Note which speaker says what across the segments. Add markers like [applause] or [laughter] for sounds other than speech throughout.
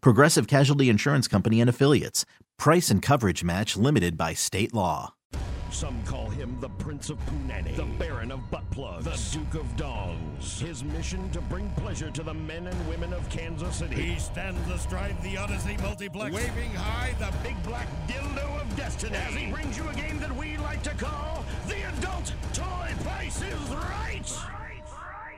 Speaker 1: Progressive Casualty Insurance Company and Affiliates. Price and coverage match limited by state law.
Speaker 2: Some call him the Prince of Punani, the Baron of Butt Plugs, the Duke of Dongs. His mission to bring pleasure to the men and women of Kansas City.
Speaker 3: He stands astride the Odyssey Multiplex,
Speaker 2: waving high the big black dildo of destiny as he brings you a game that we like to call the Adult Toy Price is Right.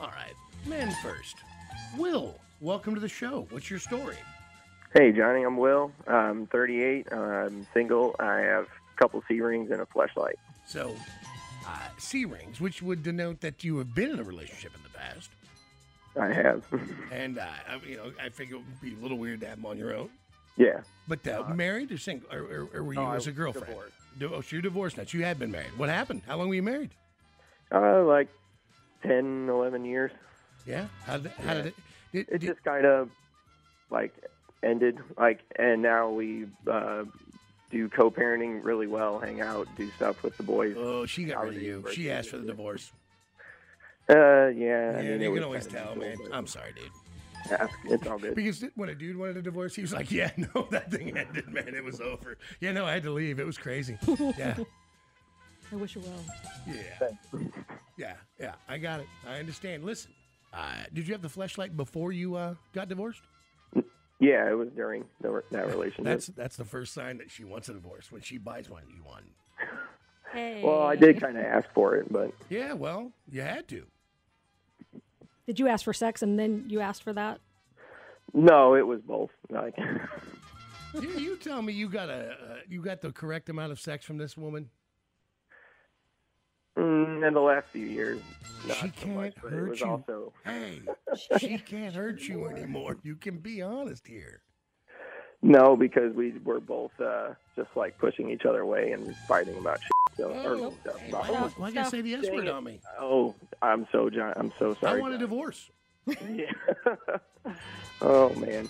Speaker 4: All right, men first. Will, welcome to the show. What's your story?
Speaker 5: Hey, Johnny, I'm Will. I'm 38. I'm single. I have a couple C rings and a flashlight.
Speaker 4: So, uh, C rings, which would denote that you have been in a relationship in the past,
Speaker 5: I have. [laughs]
Speaker 4: and uh, I, you know, I figure it would be a little weird to have them on your own.
Speaker 5: yeah.
Speaker 4: But uh, married or single, or, or, or were you
Speaker 5: No, I
Speaker 4: as a
Speaker 5: was
Speaker 4: girlfriend?
Speaker 5: divorced.
Speaker 4: Di- oh, so you're divorced now. So you had been married. What happened? How long were you married?
Speaker 5: Uh, like 10, 11 years.
Speaker 4: Yeah. How did, how did it? Did,
Speaker 5: It
Speaker 4: did-
Speaker 5: just kind of like ended. Like, and now we uh, do co parenting really well, hang out, do stuff with the boys.
Speaker 4: oh, she got
Speaker 5: How
Speaker 4: rid of
Speaker 5: did
Speaker 4: you.
Speaker 5: it
Speaker 4: She
Speaker 5: break
Speaker 4: asked for
Speaker 5: you?
Speaker 4: the divorce.
Speaker 5: Uh, yeah.
Speaker 4: Yeah,
Speaker 5: I mean, it
Speaker 4: you
Speaker 5: was
Speaker 4: can always
Speaker 5: kinda
Speaker 4: tell, man.
Speaker 5: mutual,
Speaker 4: I'm sorry, dude.
Speaker 5: but, yeah, it's
Speaker 4: [laughs]
Speaker 5: all good.
Speaker 4: Because when a dude wanted a divorce, he was like, "Yeah, [laughs] no, that thing ended, man. It was over. Yeah, no, I had to leave. It was crazy. Yeah,
Speaker 6: [laughs] I wish it well.
Speaker 4: yeah, yeah, yeah. I got it. I understand. Listen, uh, did you have the flashlight before you uh, got divorced?
Speaker 5: Yeah, it was during the, that relationship.
Speaker 4: That's that's the first sign that she wants a divorce when she buys one. You one.
Speaker 6: Hey.
Speaker 5: well, I did kind of ask for it, but
Speaker 4: Yeah, well, you had
Speaker 6: [laughs]
Speaker 4: to.
Speaker 6: Did you ask for sex and then you asked for that?
Speaker 5: no, it was both. Like, [laughs]
Speaker 4: Yeah, you tell me you got a uh, you got the correct amount of sex from this woman.
Speaker 5: Mm, in the last few years, not
Speaker 4: she
Speaker 5: so much,
Speaker 4: can't
Speaker 5: but
Speaker 4: hurt
Speaker 5: it was
Speaker 4: you.
Speaker 5: also [laughs]
Speaker 4: Hey, she can't hurt you anymore. You can be honest here.
Speaker 5: no because we were both uh, just like pushing each other away and fighting about shit. So, or
Speaker 4: Oh,
Speaker 5: stuff
Speaker 4: hey,
Speaker 5: about-
Speaker 4: why,
Speaker 6: Stop,
Speaker 4: why you gotta
Speaker 6: stop.
Speaker 4: say the S
Speaker 5: Dang
Speaker 4: word
Speaker 5: it.
Speaker 4: on me?
Speaker 5: oh, I'm so John. I'm so sorry.
Speaker 4: I want a
Speaker 5: John.
Speaker 4: divorce.
Speaker 5: Yeah. [laughs] oh man,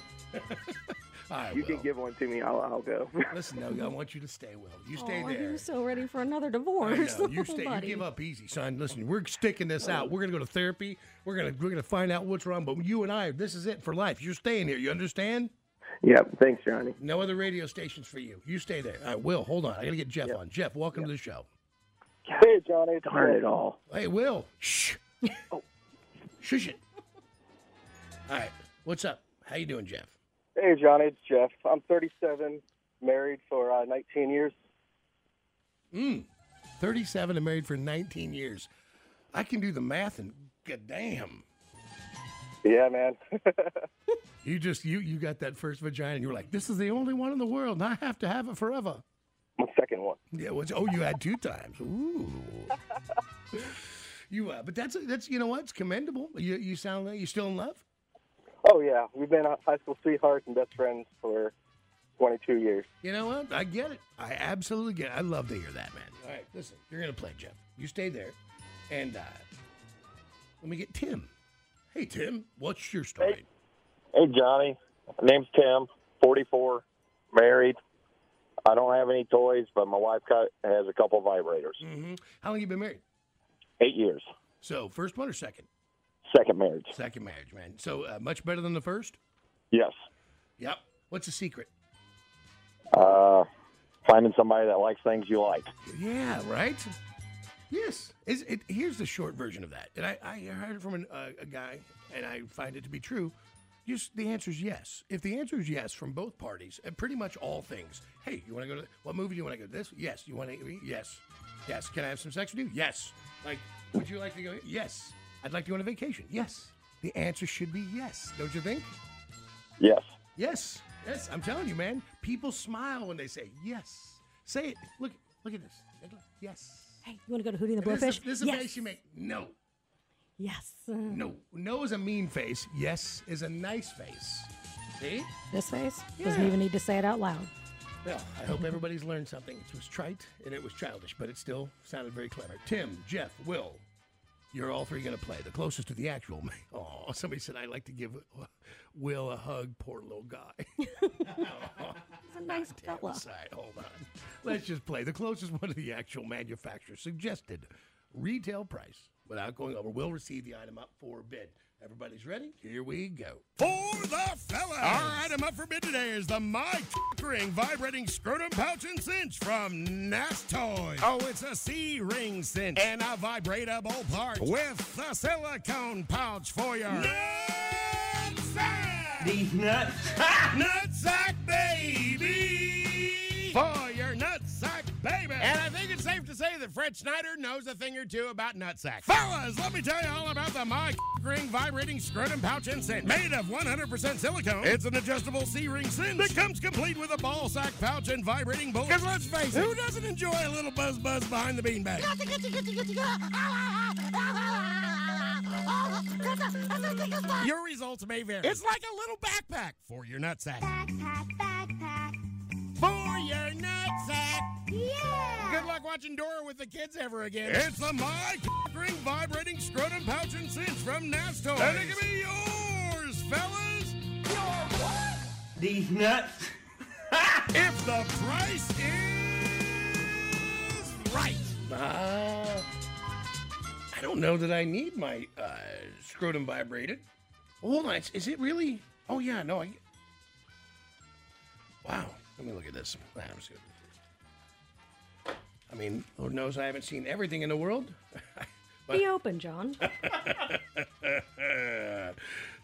Speaker 4: I
Speaker 5: you
Speaker 4: will.
Speaker 5: can give one to me. I'll, I'll go. [laughs]
Speaker 4: Listen, no, I want you to stay, Will. You stay
Speaker 6: Aw,
Speaker 4: there.
Speaker 6: You're so ready for another
Speaker 4: I
Speaker 6: divorce. Oh,
Speaker 4: know.
Speaker 6: [laughs]
Speaker 4: You stay. You
Speaker 6: buddy.
Speaker 4: give up easy, son. Listen, we're sticking this out. We're gonna go to therapy. We're gonna we're gonna find out what's wrong. But you and I, this is it for life. You're staying here. You understand?
Speaker 5: yeah. Thanks, Johnny.
Speaker 4: No other radio stations for you. You stay there. All right, Will. Hold on. I gotta get Jeff on. Jeff, welcome to the show.
Speaker 5: Hey, Johnny. Darn it all.
Speaker 4: Hey, Will. Shh. Shush it. All right. What's up? How you doing, Jeff?
Speaker 7: Hey, Johnny, it's Jeff. I'm 37, married for uh, 19 years.
Speaker 4: Mm. 37 and married for 19 years. I can do the math and goddamn.
Speaker 7: Yeah, man. [laughs]
Speaker 4: You just you you got that first vagina and you were like, this is the only one in the world and I have to have it forever.
Speaker 7: My second one.
Speaker 4: Yeah, what's oh you had two times. [laughs] Ooh. you uh, but that's that's you know what? It's commendable. You you sound like you still in love?
Speaker 7: Oh, yeah. We've been high school sweethearts and best friends for 22 years.
Speaker 4: You know what? I get it. I absolutely get it. I love to hear that, man. All right, listen, you're gonna play, Jeff. You stay there. And uh let me get Tim. Hey, Tim, what's your story?
Speaker 7: Hey, Johnny. My name's Tim, 44, married. I don't have any toys, but my wife got, has a couple vibrators.
Speaker 4: hmm How long you been married?
Speaker 7: Eight years.
Speaker 4: So, first one or second?
Speaker 7: Second marriage.
Speaker 4: Second marriage, man. So, uh, much better than the first?
Speaker 7: Yes.
Speaker 4: Yep. What's the secret?
Speaker 7: Uh, finding somebody that likes things you like.
Speaker 4: Yeah, right? Yes. Is it, here's the short version of that. And I, I heard it from an, uh, a guy, and I find it to be true. Just the answer is yes. If the answer is yes from both parties, and pretty much all things. Hey, you want to go to what movie? You want to go to this? Yes. You want to? Yes. Yes. Can I have some sex with you? Yes. Like, would you like to go? Yes. I'd like to go on a vacation. Yes. The answer should be yes. Don't you think?
Speaker 7: Yes.
Speaker 4: Yes, yes, I'm telling you, man. People smile when they say yes. Say it. Look, look at this. Nicola. Yes.
Speaker 6: Hey, you want to go to Hootie and the
Speaker 4: This is,
Speaker 6: Blowfish?
Speaker 4: this is a
Speaker 6: yes.
Speaker 4: face you make. No,
Speaker 6: yes.
Speaker 4: no, no is a mean face. Yes is a nice face. See?
Speaker 6: This face doesn't
Speaker 4: Yeah.
Speaker 6: even need to say it out loud.
Speaker 4: Well, I hope everybody's learned something. It was trite and it was childish, but it still sounded very clever. Tim, Jeff, Will, you're all three going to play. The closest to the actual. [laughs] Oh, somebody said I like to give uh, Will a hug. Poor little guy.
Speaker 6: It's a nice fella.
Speaker 4: Side. Hold on. Let's just play. The closest one to the actual manufacturer suggested retail price without going over will receive the item up for bid. Everybody's ready? Here we go.
Speaker 3: For the fellas! Our item up for bid today is the My Ring Vibrating Scrotum Pouch and Cinch from Nast Toys. Oh, it's a C ring cinch and a vibratable part with the silicone pouch for your nutsack! These nuts? nutsack baby! For your nutsack baby! And I think it's safe to say that Fred Schneider knows a thing or two about nutsack. Fellas, let me tell you all about the My [laughs] Ring Vibrating Scrotum Pouch and Cinch. Made of 100% silicone, it's an adjustable [laughs] C-ring cinch that comes complete with a ball sack pouch and vibrating bolt. Because let's face it, who doesn't enjoy a little buzz buzz behind the beanbag? Your results may vary. It's like a little backpack for your nutsack.
Speaker 8: Backpack, backpack.
Speaker 3: For your nutsack.
Speaker 8: Yeah.
Speaker 3: Good luck watching Dora with the kids ever again. It's the My Ring Vibrating Scrotum Pouch and Cinch from Nasto. And it can be yours, fellas. Your what? These nuts. if the price is right.
Speaker 4: Uh, I don't know that I need my uh, scrotum vibrated. Well, hold on. Is, is it really? Oh, yeah. No, I. Wow. Let me look at this. Ah, I'm just gonna- I mean, Lord knows I haven't seen everything in the world. [laughs]
Speaker 6: Be open, John.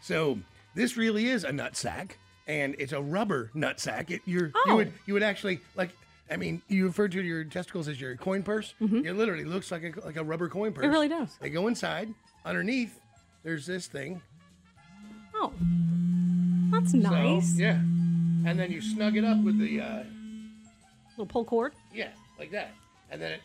Speaker 4: So this really is a nut sack, and it's a rubber nut sack. It, you're, You
Speaker 6: Oh.
Speaker 4: would you would actually like. I mean, you refer to your testicles as your coin purse. It literally looks like a like a rubber coin purse.
Speaker 6: really does.
Speaker 4: They go inside. Underneath, there's this thing.
Speaker 6: Oh, that's
Speaker 4: So,
Speaker 6: nice.
Speaker 4: yeah. And then you snug it up with the uh,
Speaker 6: Little pull cord.
Speaker 4: yeah, like that. And then it.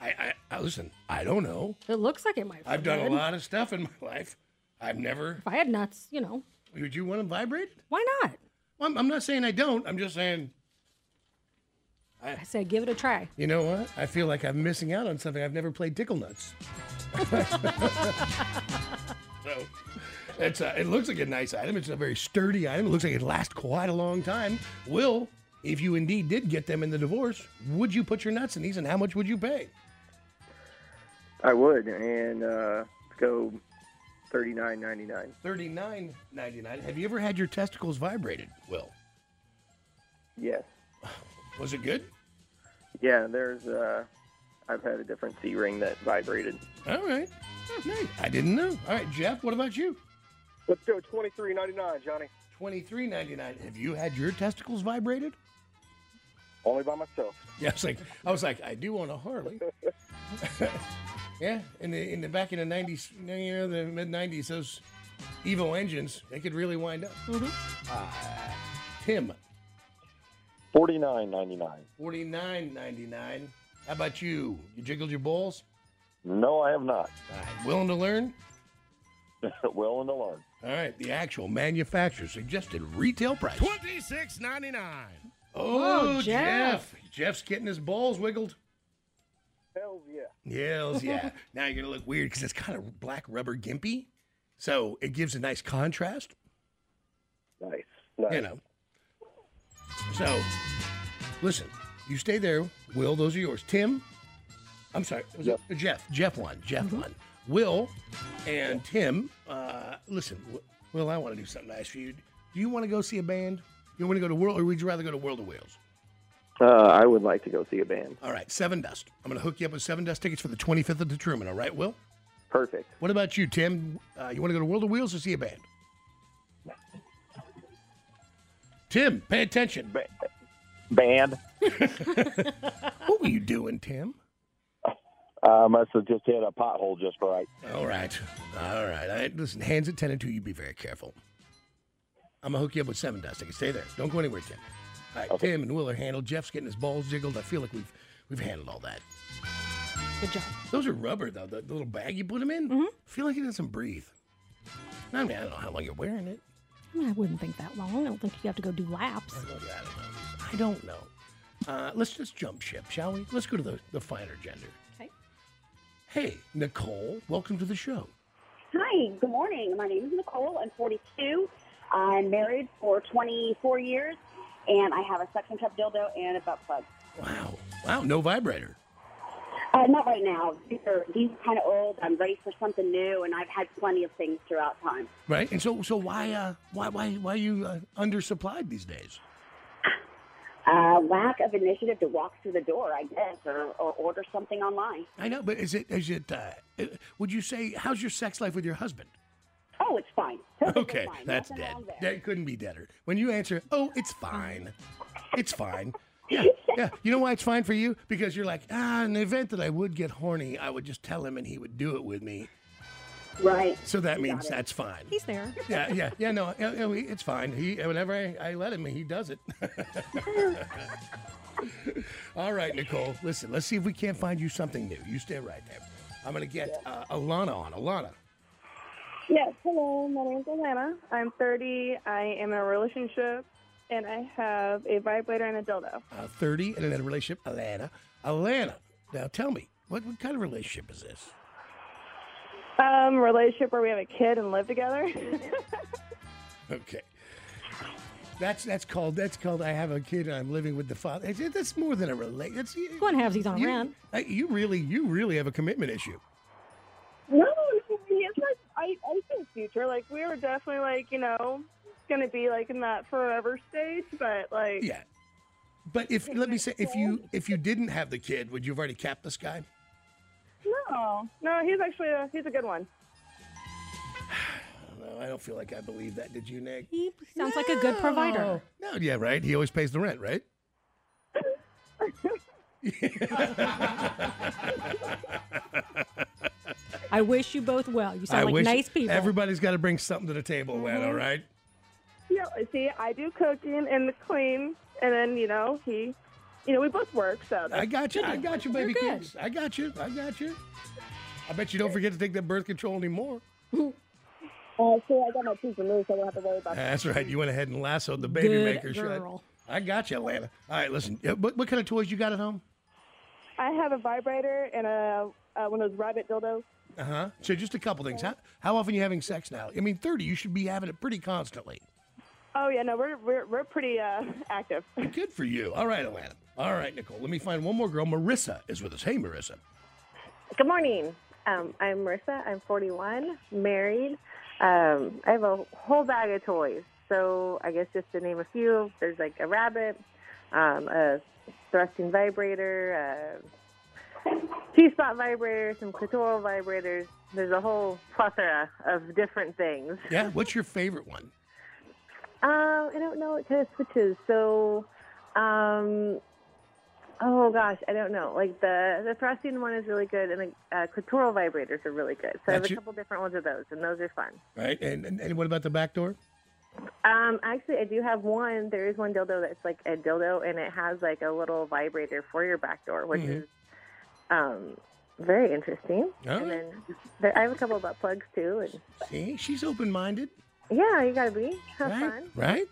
Speaker 4: I, I, I listen. I don't know.
Speaker 6: It looks like it might.
Speaker 4: I've
Speaker 6: fit
Speaker 4: done a
Speaker 6: good.
Speaker 4: lot of stuff in my [laughs] life. I've never.
Speaker 6: If I had nuts, you know,
Speaker 4: Would you want to vibrate?
Speaker 6: why not?
Speaker 4: Well, I'm, I'm not saying I don't. I'm just saying
Speaker 6: I said, give it a try.
Speaker 4: You know what? I feel like I'm missing out on something. I've never played Tickle Nuts. so it's uh, it looks like a nice item. It's a very sturdy item. It looks like it lasts quite a long time. Will, if you indeed did get them in the divorce, would you put your nuts in these and how much would you pay?
Speaker 5: I would, and uh, let's go thirty nine ninety nine.
Speaker 4: Thirty nine ninety nine. Have you ever had your testicles vibrated, Will?
Speaker 5: Yes,
Speaker 4: Was it good?
Speaker 5: yeah. There's uh, I've had a different C ring that vibrated.
Speaker 4: All right. Okay. I didn't know. All right, Jeff, what about you?
Speaker 7: Let's go twenty three ninety nine, Johnny.
Speaker 4: Twenty three ninety nine. Have you had your testicles vibrated?
Speaker 7: Only by myself.
Speaker 4: Yeah, I was like, I was like, I do own
Speaker 7: [laughs]
Speaker 4: a Harley. yeah, in the in the back in the nineties, you know, the mid nineties, those evil engines, they could really wind up.
Speaker 7: Mm-hmm.
Speaker 4: Uh, Tim,
Speaker 7: Forty nine ninety nine.
Speaker 4: forty nine ninety nine. How about you? You jiggled your balls.
Speaker 7: No, I have not. [laughs]
Speaker 4: All right, willing to learn.
Speaker 7: Willing to learn.
Speaker 4: All right, the actual manufacturer suggested retail price.
Speaker 3: Twenty six ninety nine.
Speaker 4: Oh,
Speaker 6: Oh,
Speaker 4: Jeff.
Speaker 6: Jeff.
Speaker 4: Jeff's getting his balls wiggled.
Speaker 7: Hell yeah.
Speaker 4: Yes, yeah. now you're gonna look weird because it's kind of black rubber gimpy, So it gives a nice contrast.
Speaker 5: Nice.
Speaker 4: You know. So, listen, you stay there. Will, those are yours. Tim, I'm sorry, was it- Jeff. Jeff won. Jeff won. Will and Tim, uh, listen, Wi- Will, I want to do something nice for you. Do you want to go see a band? You want to go to World, or would you rather go to World of Wheels?
Speaker 5: Uh, I would like to go see a band.
Speaker 4: All right, Seven Dust. I'm going to hook you up with Seven Dust tickets for the 25th of the Truman, all right, Will?
Speaker 5: Perfect.
Speaker 4: What about you, Tim? Uh, you want to go to World of Wheels or see a band? Tim, pay attention.
Speaker 2: Band.
Speaker 4: What were you doing, Tim?
Speaker 2: Uh, must have just hit a pothole just right.
Speaker 4: All right. All right. I, listen, hands at 10 and 2, you be very careful. I'm going to hook you up with seven dust. I can stay there. Don't go anywhere, Tim. All right. Tim and Will are handled. Jeff's getting his balls jiggled. I feel like we've we've handled all that.
Speaker 6: Good job.
Speaker 4: Those are rubber, though. The, the little bag you put them in. I feel like it doesn't breathe. I mean, I don't know how long you're wearing it.
Speaker 6: I, mean, I wouldn't think that long. I don't think you have to go do laps.
Speaker 4: I don't know. I don't know. Uh, let's just jump ship, shall we? Let's go to the, the finer gender.
Speaker 6: Okay.
Speaker 4: Hey, Nicole, welcome to the show.
Speaker 9: Hi, good morning. My name is Nicole. I'm 42. I'm married for 24 years, and I have a suction cup dildo and a butt plug.
Speaker 4: Wow. Wow, no vibrator.
Speaker 9: Uh, not right now. These are, these are kind of old. I'm ready for something new, and I've had plenty of things throughout time.
Speaker 4: Right, and so so why uh why why why are you uh, undersupplied these days?
Speaker 9: Uh, lack of initiative to walk through the door, I guess, or, or order something online.
Speaker 4: I know, but is it is it uh, uh, would you say how's your sex life with your husband?
Speaker 9: Oh, it's fine. Perfectly
Speaker 4: Okay,
Speaker 9: fine.
Speaker 4: that's
Speaker 9: Nothing
Speaker 4: dead.
Speaker 9: wrong there.
Speaker 4: That couldn't be deader. When you answer, oh, it's fine, it's fine.
Speaker 9: [laughs]
Speaker 4: Yeah, yeah. You know why it's fine for you? Because you're like, ah, in the event that I would get horny, I would just tell him and he would do it with me.
Speaker 9: Right.
Speaker 4: So that means that's fine.
Speaker 6: He's there.
Speaker 4: Yeah, yeah, yeah. No, uh, uh, he- it's fine. He whenever I, I let him, he does it. [laughs] All right, Nicole. Listen, let's see if we can't find you something new. You stay right there. I'm gonna get uh, Alana on. Alana.
Speaker 3: Yes, hello. My name's Alana. I'm 30. I am in a relationship, and I have a vibrator and a dildo.
Speaker 4: uh, 30 and in a relationship, Alana. Alana, now tell me, what, what kind of relationship is this?
Speaker 3: Um, relationship where we have a kid and live together. [laughs]
Speaker 4: Okay. That's that's called that's called I have a kid and I'm living with the father. It's- That's more than a relate. That's
Speaker 6: One halfsies on
Speaker 4: you,
Speaker 6: rent.
Speaker 4: uh, You really you really have a commitment issue.
Speaker 3: no, no, it's like I, I think future. Like we were definitely like you know gonna be like in that forever stage, but like
Speaker 4: Yeah. But if let me say if you if you didn't have the kid, would you have already capped this guy?
Speaker 3: no, no, he's actually a, he's a good one.
Speaker 4: I don't know. I don't feel like I believe that. Did you, Nick?
Speaker 6: He sounds like a good provider.
Speaker 4: No, yeah, right. He always pays the rent, right?
Speaker 6: I wish you both well. You sound
Speaker 4: I
Speaker 6: like
Speaker 4: wish
Speaker 6: nice people. Mm-hmm.
Speaker 4: everybody's got to bring something to the table, man. All right.
Speaker 3: Yeah, see, I do cooking and the clean, and then you know he, you know we both work, so
Speaker 4: I got you. I got you, baby
Speaker 6: You're good.
Speaker 4: kids. I got you. I got you. I bet you don't forget to take that birth control anymore.
Speaker 9: Uh, see, I got my teeth removed, so I don't have to worry about that.
Speaker 4: That's right. You went ahead and lassoed the baby
Speaker 6: Good
Speaker 4: maker. shot.
Speaker 6: girl.
Speaker 4: I got you, Atlanta. All right, listen. yeah, What, what kind of toys you got at home?
Speaker 3: I have a vibrator and a uh, one of those rabbit dildos.
Speaker 4: Uh
Speaker 6: Uh-huh.
Speaker 4: huh. So just a couple things. How, how often are you having sex now? I mean, thirty. You should be having it pretty constantly.
Speaker 3: Oh yeah, no, we're we're, we're pretty uh, active.
Speaker 4: Good for you. All right, Atlanta. All right, Nicole. Let me find one more girl. Marissa is with us. Hey, Marissa.
Speaker 10: Good morning. Um, I'm Marissa. I'm 41, married. Um, I have a whole bag of toys. So I guess just to name a few, there's like a rabbit, um, a thrusting vibrator, a T-spot vibrator, some clitoral vibrators. There's a whole plethora of different things.
Speaker 4: Yeah. What's your favorite one?
Speaker 10: Um, I don't know. It kind of switches. So, um, oh gosh, I don't know. Like the the thrusting one is really good, and the uh, clitoral vibrators are really good. So I have
Speaker 4: That's
Speaker 10: a
Speaker 4: your-
Speaker 10: couple different ones of those, and those are fun.
Speaker 4: Right. And and, and what about the back door?
Speaker 10: Um, actually, I do have one. There is one dildo that's like a dildo, and it has like a little vibrator for your back door, which
Speaker 4: Mhm.
Speaker 10: is um very interesting.
Speaker 4: All
Speaker 10: And
Speaker 4: right.
Speaker 10: then there, I have a couple of butt plugs too, and
Speaker 4: See, she's open-minded.
Speaker 10: yeah, you gotta be have
Speaker 4: right?
Speaker 10: fun.
Speaker 4: Right?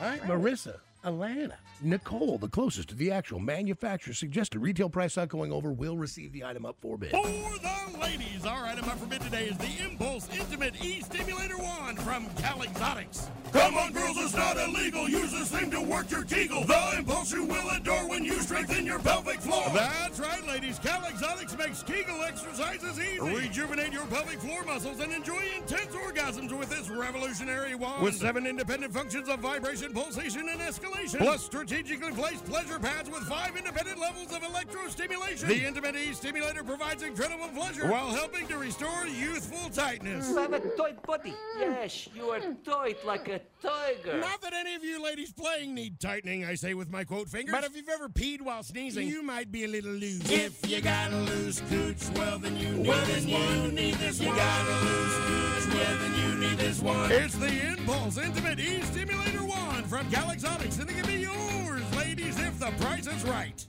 Speaker 4: All right, Marissa. Atlanta. Nicole, the closest to the actual manufacturer, suggested retail price not going over will receive the item up for bid.
Speaker 3: For the ladies, our item up for bid today is the Impulse Intimate E-Stimulator Wand from Cal Exotics. Come on, girls, it's not illegal. Use this thing to work your kegel. The impulse you will adore when you strengthen your pelvic floor. That's right, ladies. Cal Exotics makes kegel exercises easy. Rejuvenate your pelvic floor muscles and enjoy intense orgasms with this revolutionary wand. With seven independent functions of vibration, pulsation, and escalation. Plus strategically placed pleasure pads with five independent levels of electrostimulation. The Intimate E stimulator provides incredible pleasure while helping to restore youthful [laughs] tightness.
Speaker 11: You have a tight body. Yes, you are tight like a tiger.
Speaker 3: Not that any of you ladies playing need tightening, I say with my quote fingers. But if you've ever peed while sneezing, you might be a little loose. If you got a loose cooch, well then you need this one. You need this one. got a loose cooch, well then you need this one. It's the Impulse Intimate E Stimulator Wand from Galexotics, and it can be yours, ladies, if the price is right.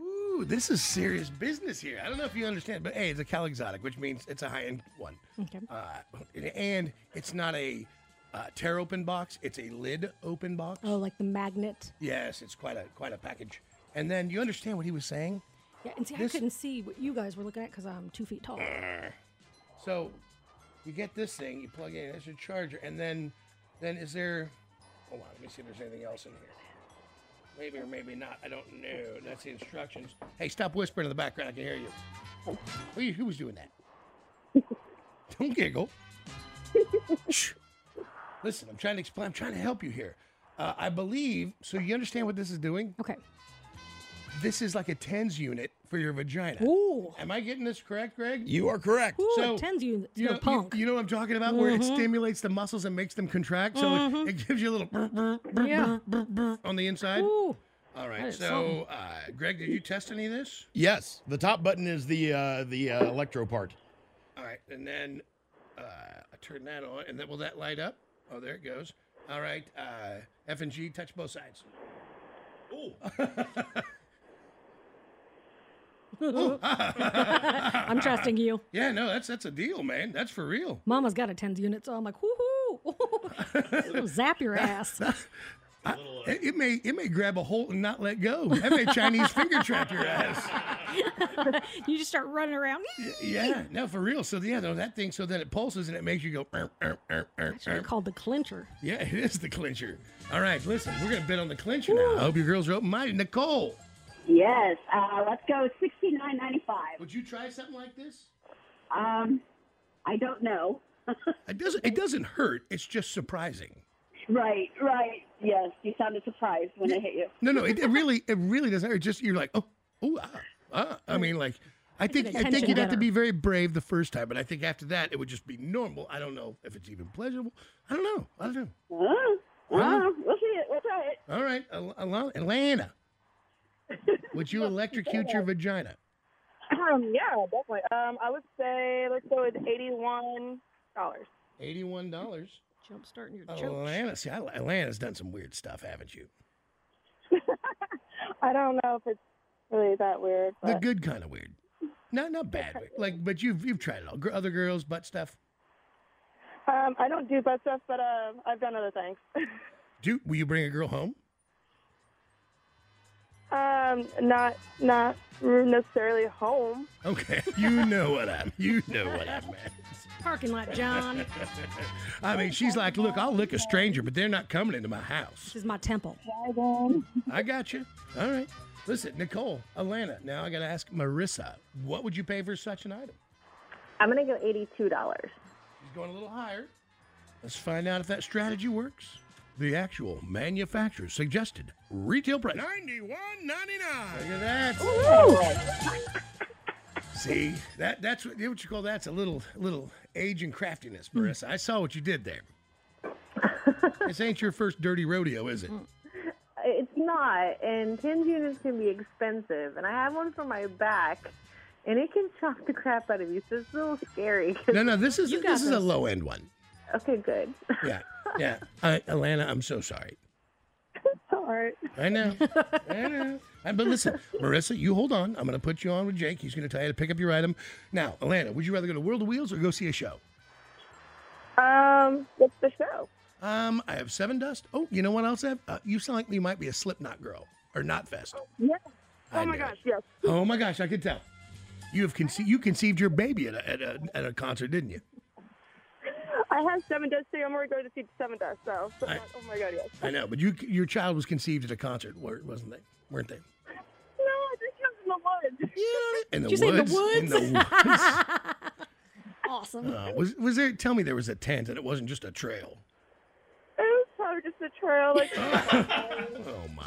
Speaker 4: Ooh, this is serious business here. I don't know if you understand, but hey, it's a Cal Exotic, which means it's a high end one.
Speaker 6: Okay.
Speaker 4: Uh, and it's not a uh, tear open box, it's a lid open box.
Speaker 6: Oh, like the magnet.
Speaker 4: Yes, it's quite a quite a package. And then you understand what he was saying?
Speaker 6: Yeah, and see, I
Speaker 4: This-
Speaker 6: couldn't see what you guys were looking at because I'm two feet tall.
Speaker 4: So you get this thing, you plug it in, it's your charger, and then then is there hold on, let me see if there's anything else in here. Maybe or maybe not. I don't know. That's the instructions. Hey, stop whispering in the background. I can hear you. Who, you- who was doing that? Don't giggle. Shh. Listen, I'm trying to explain. I'm trying to help you here. Uh, I believe. So you understand what this is doing?
Speaker 6: Okay.
Speaker 4: This is like a tens unit for your vagina.
Speaker 6: Ooh.
Speaker 4: Am I getting this correct, Greg?
Speaker 3: You are correct.
Speaker 6: Ooh,
Speaker 4: So,
Speaker 6: tens you,
Speaker 4: You
Speaker 6: you
Speaker 4: know,
Speaker 6: punk.
Speaker 4: You, you know what I'm talking about? Where it
Speaker 6: Mhm.
Speaker 4: stimulates the muscles and makes them contract. So it,
Speaker 6: Mm-hmm.
Speaker 4: it gives you a little brr, brr, brr,
Speaker 6: Yeah.
Speaker 4: brr, brr on the inside.
Speaker 6: Ooh.
Speaker 4: [laughs] All
Speaker 6: That
Speaker 4: right.
Speaker 6: is
Speaker 4: So, uh, Greg, did you test any of this?
Speaker 3: Yes, the top button is the uh, the uh, electro part.
Speaker 4: All right. And then uh, I turn that on. And then will that light up? Oh, there it goes. All right. Uh, F and G, touch both sides. [laughs]
Speaker 6: [laughs] I'm trusting you.
Speaker 4: Yeah, no, that's that's a deal, man. That's for real.
Speaker 6: Mama's got a tens unit, so I'm like, woohoo! [laughs] Zap your ass.
Speaker 4: It, it may it may grab a hold and not let go. That may Chinese finger trap your ass.
Speaker 6: you just start running around. [laughs]
Speaker 4: Yeah, no, for real. So yeah, though that thing. So then it pulses and it makes you go. "Err, err, err, err,
Speaker 6: That's what
Speaker 4: err."
Speaker 6: it's called the clincher.
Speaker 4: Yeah, it is the clincher. All right, listen, we're gonna bid on the clincher now. I hope your girls are open minded. Nicole,
Speaker 12: Yes. Uh, let's go sixty nine ninety five.
Speaker 4: would you try something like this?
Speaker 12: Um, I don't know.
Speaker 4: It doesn't. It doesn't hurt. It's just surprising.
Speaker 12: Right, right. Yes, you sounded surprised when I hit you.
Speaker 4: No, no, it, it really, it really doesn't. It's just you're like, oh, oh, ah, ah. I mean, like, I think, I think
Speaker 6: attention
Speaker 4: you'd have to
Speaker 6: getter.
Speaker 4: be very brave the first time, but I think after that, it would just be normal. I don't know if it's even pleasurable. I don't know. I don't know.
Speaker 12: Oh,
Speaker 4: Wow.
Speaker 12: oh, we'll see it. We'll try it.
Speaker 4: All right, Al- Al- Atlanta, would you electrocute your vagina?
Speaker 13: Um, yeah, definitely. Um, I would say let's go with eighty-one dollars.
Speaker 4: Eighty-one dollars.
Speaker 6: Jump starting
Speaker 4: Oh,
Speaker 6: your chokes.
Speaker 4: Atlanta. See, I- Atlanta's done some weird stuff, haven't you?
Speaker 13: I don't know if it's really that weird.
Speaker 4: The
Speaker 13: But
Speaker 4: good kind of weird, not not bad. Weird. Like, but you've you've tried it all. Gr- Other girls, butt stuff.
Speaker 13: um, I don't do butt stuff, but uh, I've done other things.
Speaker 4: Do will you bring a girl home?
Speaker 13: um, not not necessarily home.
Speaker 4: Okay, [laughs] you know what I'm. You know what I meant.
Speaker 6: Parking
Speaker 4: [laughs]
Speaker 6: lot, John.
Speaker 4: I mean, she's like, look, I'll lick a stranger, but they're not coming into my house.
Speaker 6: This is my temple.
Speaker 4: I got you. All right. Listen, Nicole, Atlanta. Now I got to ask Marissa, what would you pay for such an item?
Speaker 14: I'm gonna go eighty-two dollars.
Speaker 4: She's going a little higher. Let's find out if that strategy works. The actual manufacturer suggested retail price.
Speaker 3: Ninety-one ninety-nine.
Speaker 4: Look at that. See that? That's what, what you call that's a little little age and craftiness, Marissa. I saw what you did
Speaker 14: [laughs]
Speaker 4: there. this ain't your first dirty rodeo, is it?
Speaker 14: It's not, and tens units can be expensive. And I have one for my back, and it can shock the crap out of you. So it's a little scary.
Speaker 4: No, no. This is
Speaker 6: You got
Speaker 4: this is a
Speaker 6: this.
Speaker 4: low end one.
Speaker 14: okay, good.
Speaker 13: [laughs]
Speaker 4: Yeah, yeah. I, Alana, I'm so sorry.
Speaker 13: Sorry.
Speaker 4: I know. I know. Uh, But listen, Marissa, you hold on. I'm going to put you on with Jake. He's going to tell you to pick up your item. Now, Alana, would you rather go to World of Wheels or go see a show?
Speaker 13: Um, what's the show?
Speaker 4: Um, I have Seven Dust. Oh, you know what else I have? Uh, you sound like you might be a Slipknot girl or Knot Fest.
Speaker 13: Yes.
Speaker 4: I
Speaker 13: Oh my
Speaker 4: knew
Speaker 13: gosh, yes.
Speaker 4: Oh my gosh, I could tell. You have conce- you conceived your baby at a, at a, at a concert, didn't you?
Speaker 13: I have Seven Dust too. I'm already going to see Seven Dust, so. so
Speaker 4: I-
Speaker 13: oh my god, yes.
Speaker 4: I know, but you your child was conceived at a concert, wa- wasn't they? Weren't they?
Speaker 13: No, I just come from the woods.
Speaker 4: In the
Speaker 13: Did you say
Speaker 4: woods.
Speaker 13: the
Speaker 4: In the
Speaker 13: woods? [laughs]
Speaker 4: woods.
Speaker 6: Awesome.
Speaker 4: Uh, was was there? Tell me there was a tent and it wasn't just a trail.
Speaker 13: It was probably just a trail. Like,
Speaker 4: Oh my!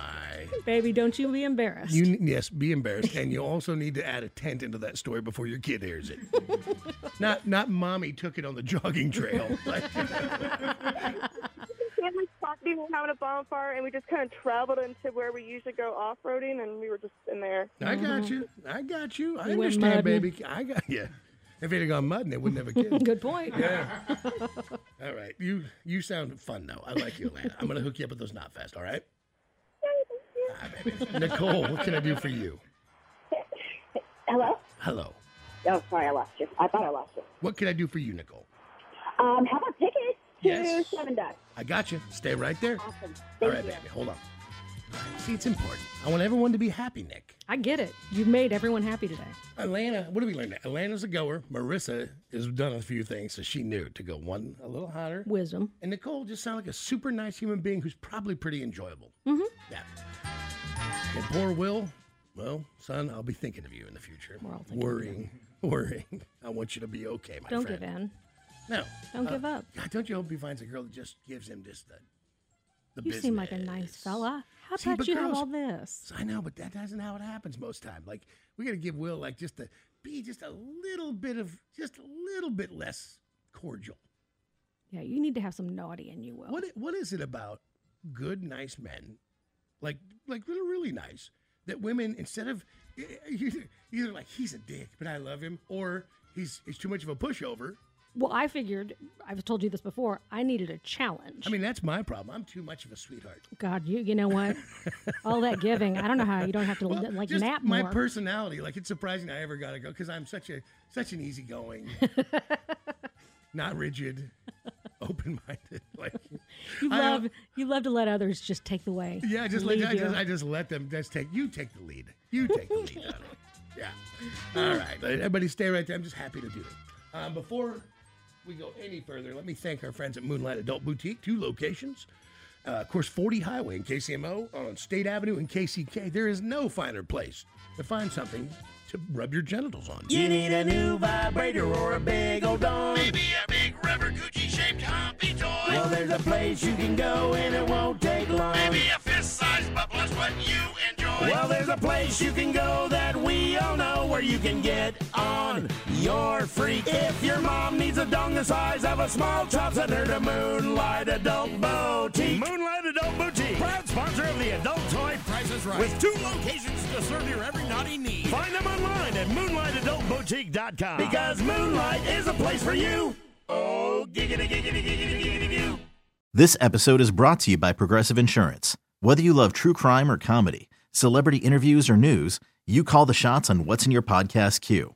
Speaker 6: Baby, don't you be embarrassed.
Speaker 4: You n- yes, be embarrassed, and you also need to add a tent into that story before your kid hears it. not not mommy took it on the jogging trail. [laughs] Like,
Speaker 13: family property, we were having a bonfire, and we just kind of traveled into where we usually go off roading, and we were just in there.
Speaker 4: I got you. I got you. I
Speaker 13: You went
Speaker 4: understand,
Speaker 13: mudding.
Speaker 4: baby. I got you. If it had gone mudding, it wouldn't have a
Speaker 13: [laughs]
Speaker 4: kid.
Speaker 6: Good point.
Speaker 4: Yeah. all right. You you sound fun though. I like you, Atlanta. I'm gonna hook you up with those knot fest. All right. Ah, Nicole, what can I do for you?
Speaker 12: Hello?
Speaker 4: Hello.
Speaker 12: Oh, sorry, I lost you. I thought I lost you.
Speaker 4: What can I do for you, Nicole?
Speaker 12: Um, how about tickets to
Speaker 4: Yes.
Speaker 12: Seven Dust?
Speaker 4: I got you. Stay right there.
Speaker 12: Awesome.
Speaker 4: All
Speaker 12: Thank
Speaker 4: right,
Speaker 12: you.
Speaker 4: baby. Hold on. All right, See, it's important. I want everyone to be happy, Nick.
Speaker 6: I get it. You've made everyone happy today.
Speaker 4: Atlanta, what do we learn? Atlanta's a goer. Marissa has done a few things, so she knew to go one a little hotter.
Speaker 6: Wisdom.
Speaker 4: And Nicole just sounded like a super nice human being who's probably pretty enjoyable.
Speaker 6: Mm-hmm.
Speaker 4: Yeah. And poor Will, well, son, I'll be thinking of you in the future.
Speaker 6: We're all thinking of you.
Speaker 4: Worrying, [laughs] worrying. I want you to be okay, my
Speaker 6: Don't
Speaker 4: friend.
Speaker 6: give in.
Speaker 4: No.
Speaker 6: Don't
Speaker 4: Uh,
Speaker 6: give up.
Speaker 4: God, don't you hope he finds a girl that just gives him just the, the
Speaker 6: You
Speaker 4: business?
Speaker 6: seem like a nice fella. How
Speaker 4: See,
Speaker 6: about
Speaker 4: but
Speaker 6: you have
Speaker 4: girls-
Speaker 6: all this?
Speaker 4: [laughs] I know, but that isn't how it happens most time. Like we got to give Will like just a be just a little bit of just a little bit less cordial.
Speaker 6: Yeah, you need to have some naughty in you, Will.
Speaker 4: What i- what is it about good nice men, like like really really nice that women instead of e-, either, either like he's a dick but I love him or he's he's too much of a pushover.
Speaker 6: Well, I figured, I've told you this before, I needed a challenge.
Speaker 4: I mean that's my problem. I'm too much of a sweetheart.
Speaker 6: God, you you
Speaker 4: [laughs]
Speaker 6: know what? all that giving. I don't know how you don't have to
Speaker 4: Well,
Speaker 6: like
Speaker 4: just
Speaker 6: nap
Speaker 4: my
Speaker 6: more.
Speaker 4: personality. Like it's surprising I ever got to go because I'm such a such an
Speaker 6: [laughs]
Speaker 4: easygoing, not rigid, open minded. [laughs] Like
Speaker 6: you
Speaker 4: I don't-
Speaker 6: love you love to let others just take the way.
Speaker 4: [laughs] yeah, I just let
Speaker 6: lead
Speaker 4: I just,
Speaker 6: you.
Speaker 4: I just let them just take you take the lead. You take the lead on it. Yeah. All right, but everybody stay right there. I'm just happy to do it. Um, before we go any further, let me thank our friends at Moonlight Adult Boutique, two locations. Uh, of course, 40 Highway in KCMO on State Avenue in KCK. There is no finer place to find something to rub your genitals on.
Speaker 2: You need a new vibrator or a big old dong. Maybe
Speaker 4: a big rubber Gucci shaped humpy toy.
Speaker 2: Well, there's a place you can go and it won't take long.
Speaker 3: Maybe
Speaker 2: a fist sized bubbler's what you enjoy. Well, there's a place you can go that we all know where you can get on your freak. If your mom needs a dong the size of a small chop, send her to Moonlight Adult Boutique. Moonlight Adult Boutique, proud sponsor of the Adult Toy Price is Right. With two locations to serve your every naughty need. Find them online at moonlightadultboutique.com. Because Moonlight is a place for you. Oh, giggity, giggity, giggity, giggity, goo.
Speaker 1: This episode is brought to you by Progressive Insurance. Whether you love true crime or comedy, celebrity interviews or news, you call the shots on what's in your podcast queue.